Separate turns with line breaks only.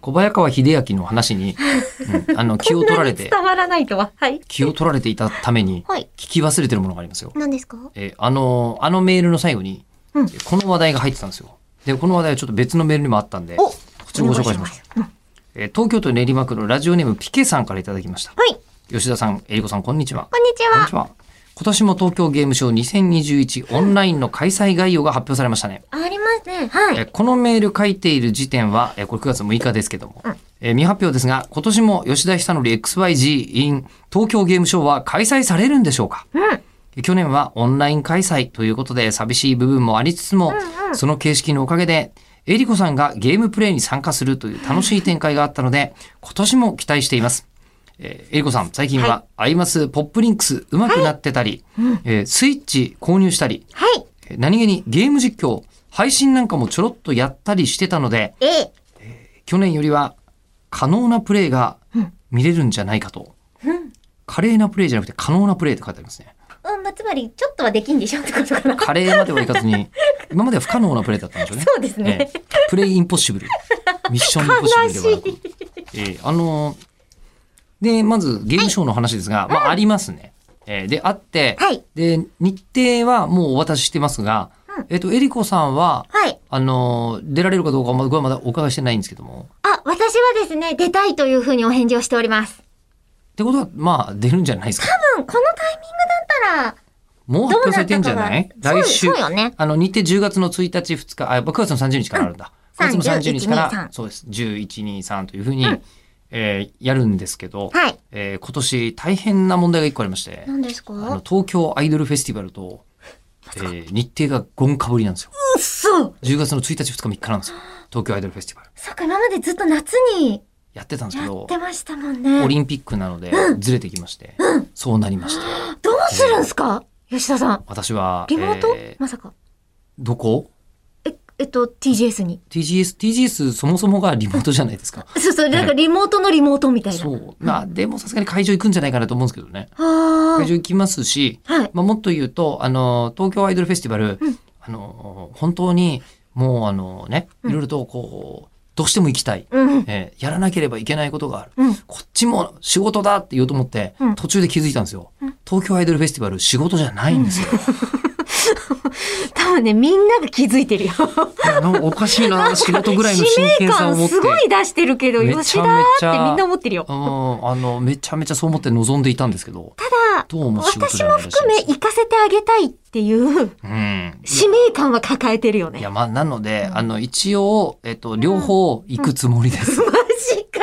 小早川秀明の話に、うん あの、気を取られて、
伝わらないとは。はい。
気を取られていたために、
はい。
聞き忘れてるものがありますよ。
何ですか
えーあの、あのメールの最後に、
うん
この話題が入ってたんですよ。で、この話題はちょっと別のメールにもあったんで、
お
こっちらご紹介します。
お願いし
えー東京都練馬区のラジオネームピケさんからいただきました。
ますうんはい。
吉田さん、えりこさん、こんにちは。
こんにち
こん
は
に。ちは。今年も東京ゲームショウ2021オンラインの開催概要が発表されましたね。
ありますね。は
え
い。
このメール書いている時点は、えこれ9月6日ですけども
うん、
え未発表ですが、今年も吉田久則 XYG in 東京ゲームショウは開催されるんでしょうか
うん。
去年はオンライン開催ということで寂しい部分もありつつも、その形式のおかげで、えりこさんがゲームプレイに参加するという楽しい展開があったので、今年も期待しています。えー、えりこさん、最近は、アイマスポップリンクス上手くなってたり、えースイッチ購入したり、
はい。
えー何気にゲーム実況、配信なんかもちょろっとやったりしてたので、
ええ。
去年よりは可能なプレーが見れるんじゃないかと。華麗なプレーじゃなくて可能なプレーって書いてありますね。
うん、まあ、つまり、ちょっとはできんでしょってことかな。
カレーまではいかずに、 今までは不可能なプレイだったんでしょうね。
そうですね
ええプレイインポッシブル。ミッションインポッシブルではなく。ええあのーで、まずゲームショーの話ですが、まあ、ありますね。ええで、あって、
はい
で、日程はもうお渡ししてますが、
うん
えっ、と、えりこさんは、
はい。
あのー出られるかどうかはまだ僕はまだお伺いしてないんですけども。
あ、私はですね、出たいというふうにお返事をしております。
ってことは、まあ、出るんじゃないですか。
うん、このタイミングだったら、
もう発表されてんじゃない
どうなったかが
来週。
そうそうよね
あの、日程10月の1日、2日、あ、9月の30日からあるんだ。
うん
9月の30日か
31
ら、
23
そうです。11、2、3というふうに、
うん
えーやるんですけど、
はい
えー今年大変な問題が1個ありまして、
何ですか
あの東京アイドルフェスティバル と、えー日程がゴンかぶりなんですよ。
うっそ
10月の1日、2日、3日なんですよ。東京アイドルフェスティバル。
そっか、今までずっと夏に
やってたんですけ
や
ど
っ、てましたもん
オ
ね。
リンピックなので、ずれてきまして、そうなりました。
どうするんすか吉田さん。
私は、
リモート、
えー
まさか。
どこ
え、えっと、TGS に。
TGS、TGS そもそもがリモートじゃないですか。
そうそう、なんかリモートのリモートみたいな。
そう。まあ、でもさすがに会場行くんじゃないかなと思うんですけどね。
あ
会場
ー
行きますし、
はい。
まあ、もっと言うと、あの、東京アイドルフェスティバル、
うん
あの、本当に、もうあのね、いろいろとこう、どうしても行きたい。
うん。
えーやらなければいけないことがある。
うん。
こっちも仕事だって言おうと思って、
うん
途中で気づいたんですよ
うん。
東京アイドルフェスティバル仕事じゃないんですよ。
多分ね、みんなが気づいてるよ。
いやなんかおかしいな、仕事ぐらい
使
の真
命
剣さを持
感
って
す。ごい出してるけど、
めちゃめ
吉
ちゃ
田ーってみんな思ってるよ。
うん、あの、めちゃめちゃそう思って望んでいたんですけど。
ただ、
どうも仕事
私
じゃ
も
ないらしいです
含め行かせてあげたいっていう
うん。
使命感は抱えてるよ
い
ね
や、。まあ、なので、あの、一応、えっと、両方行くつもりです。
マジか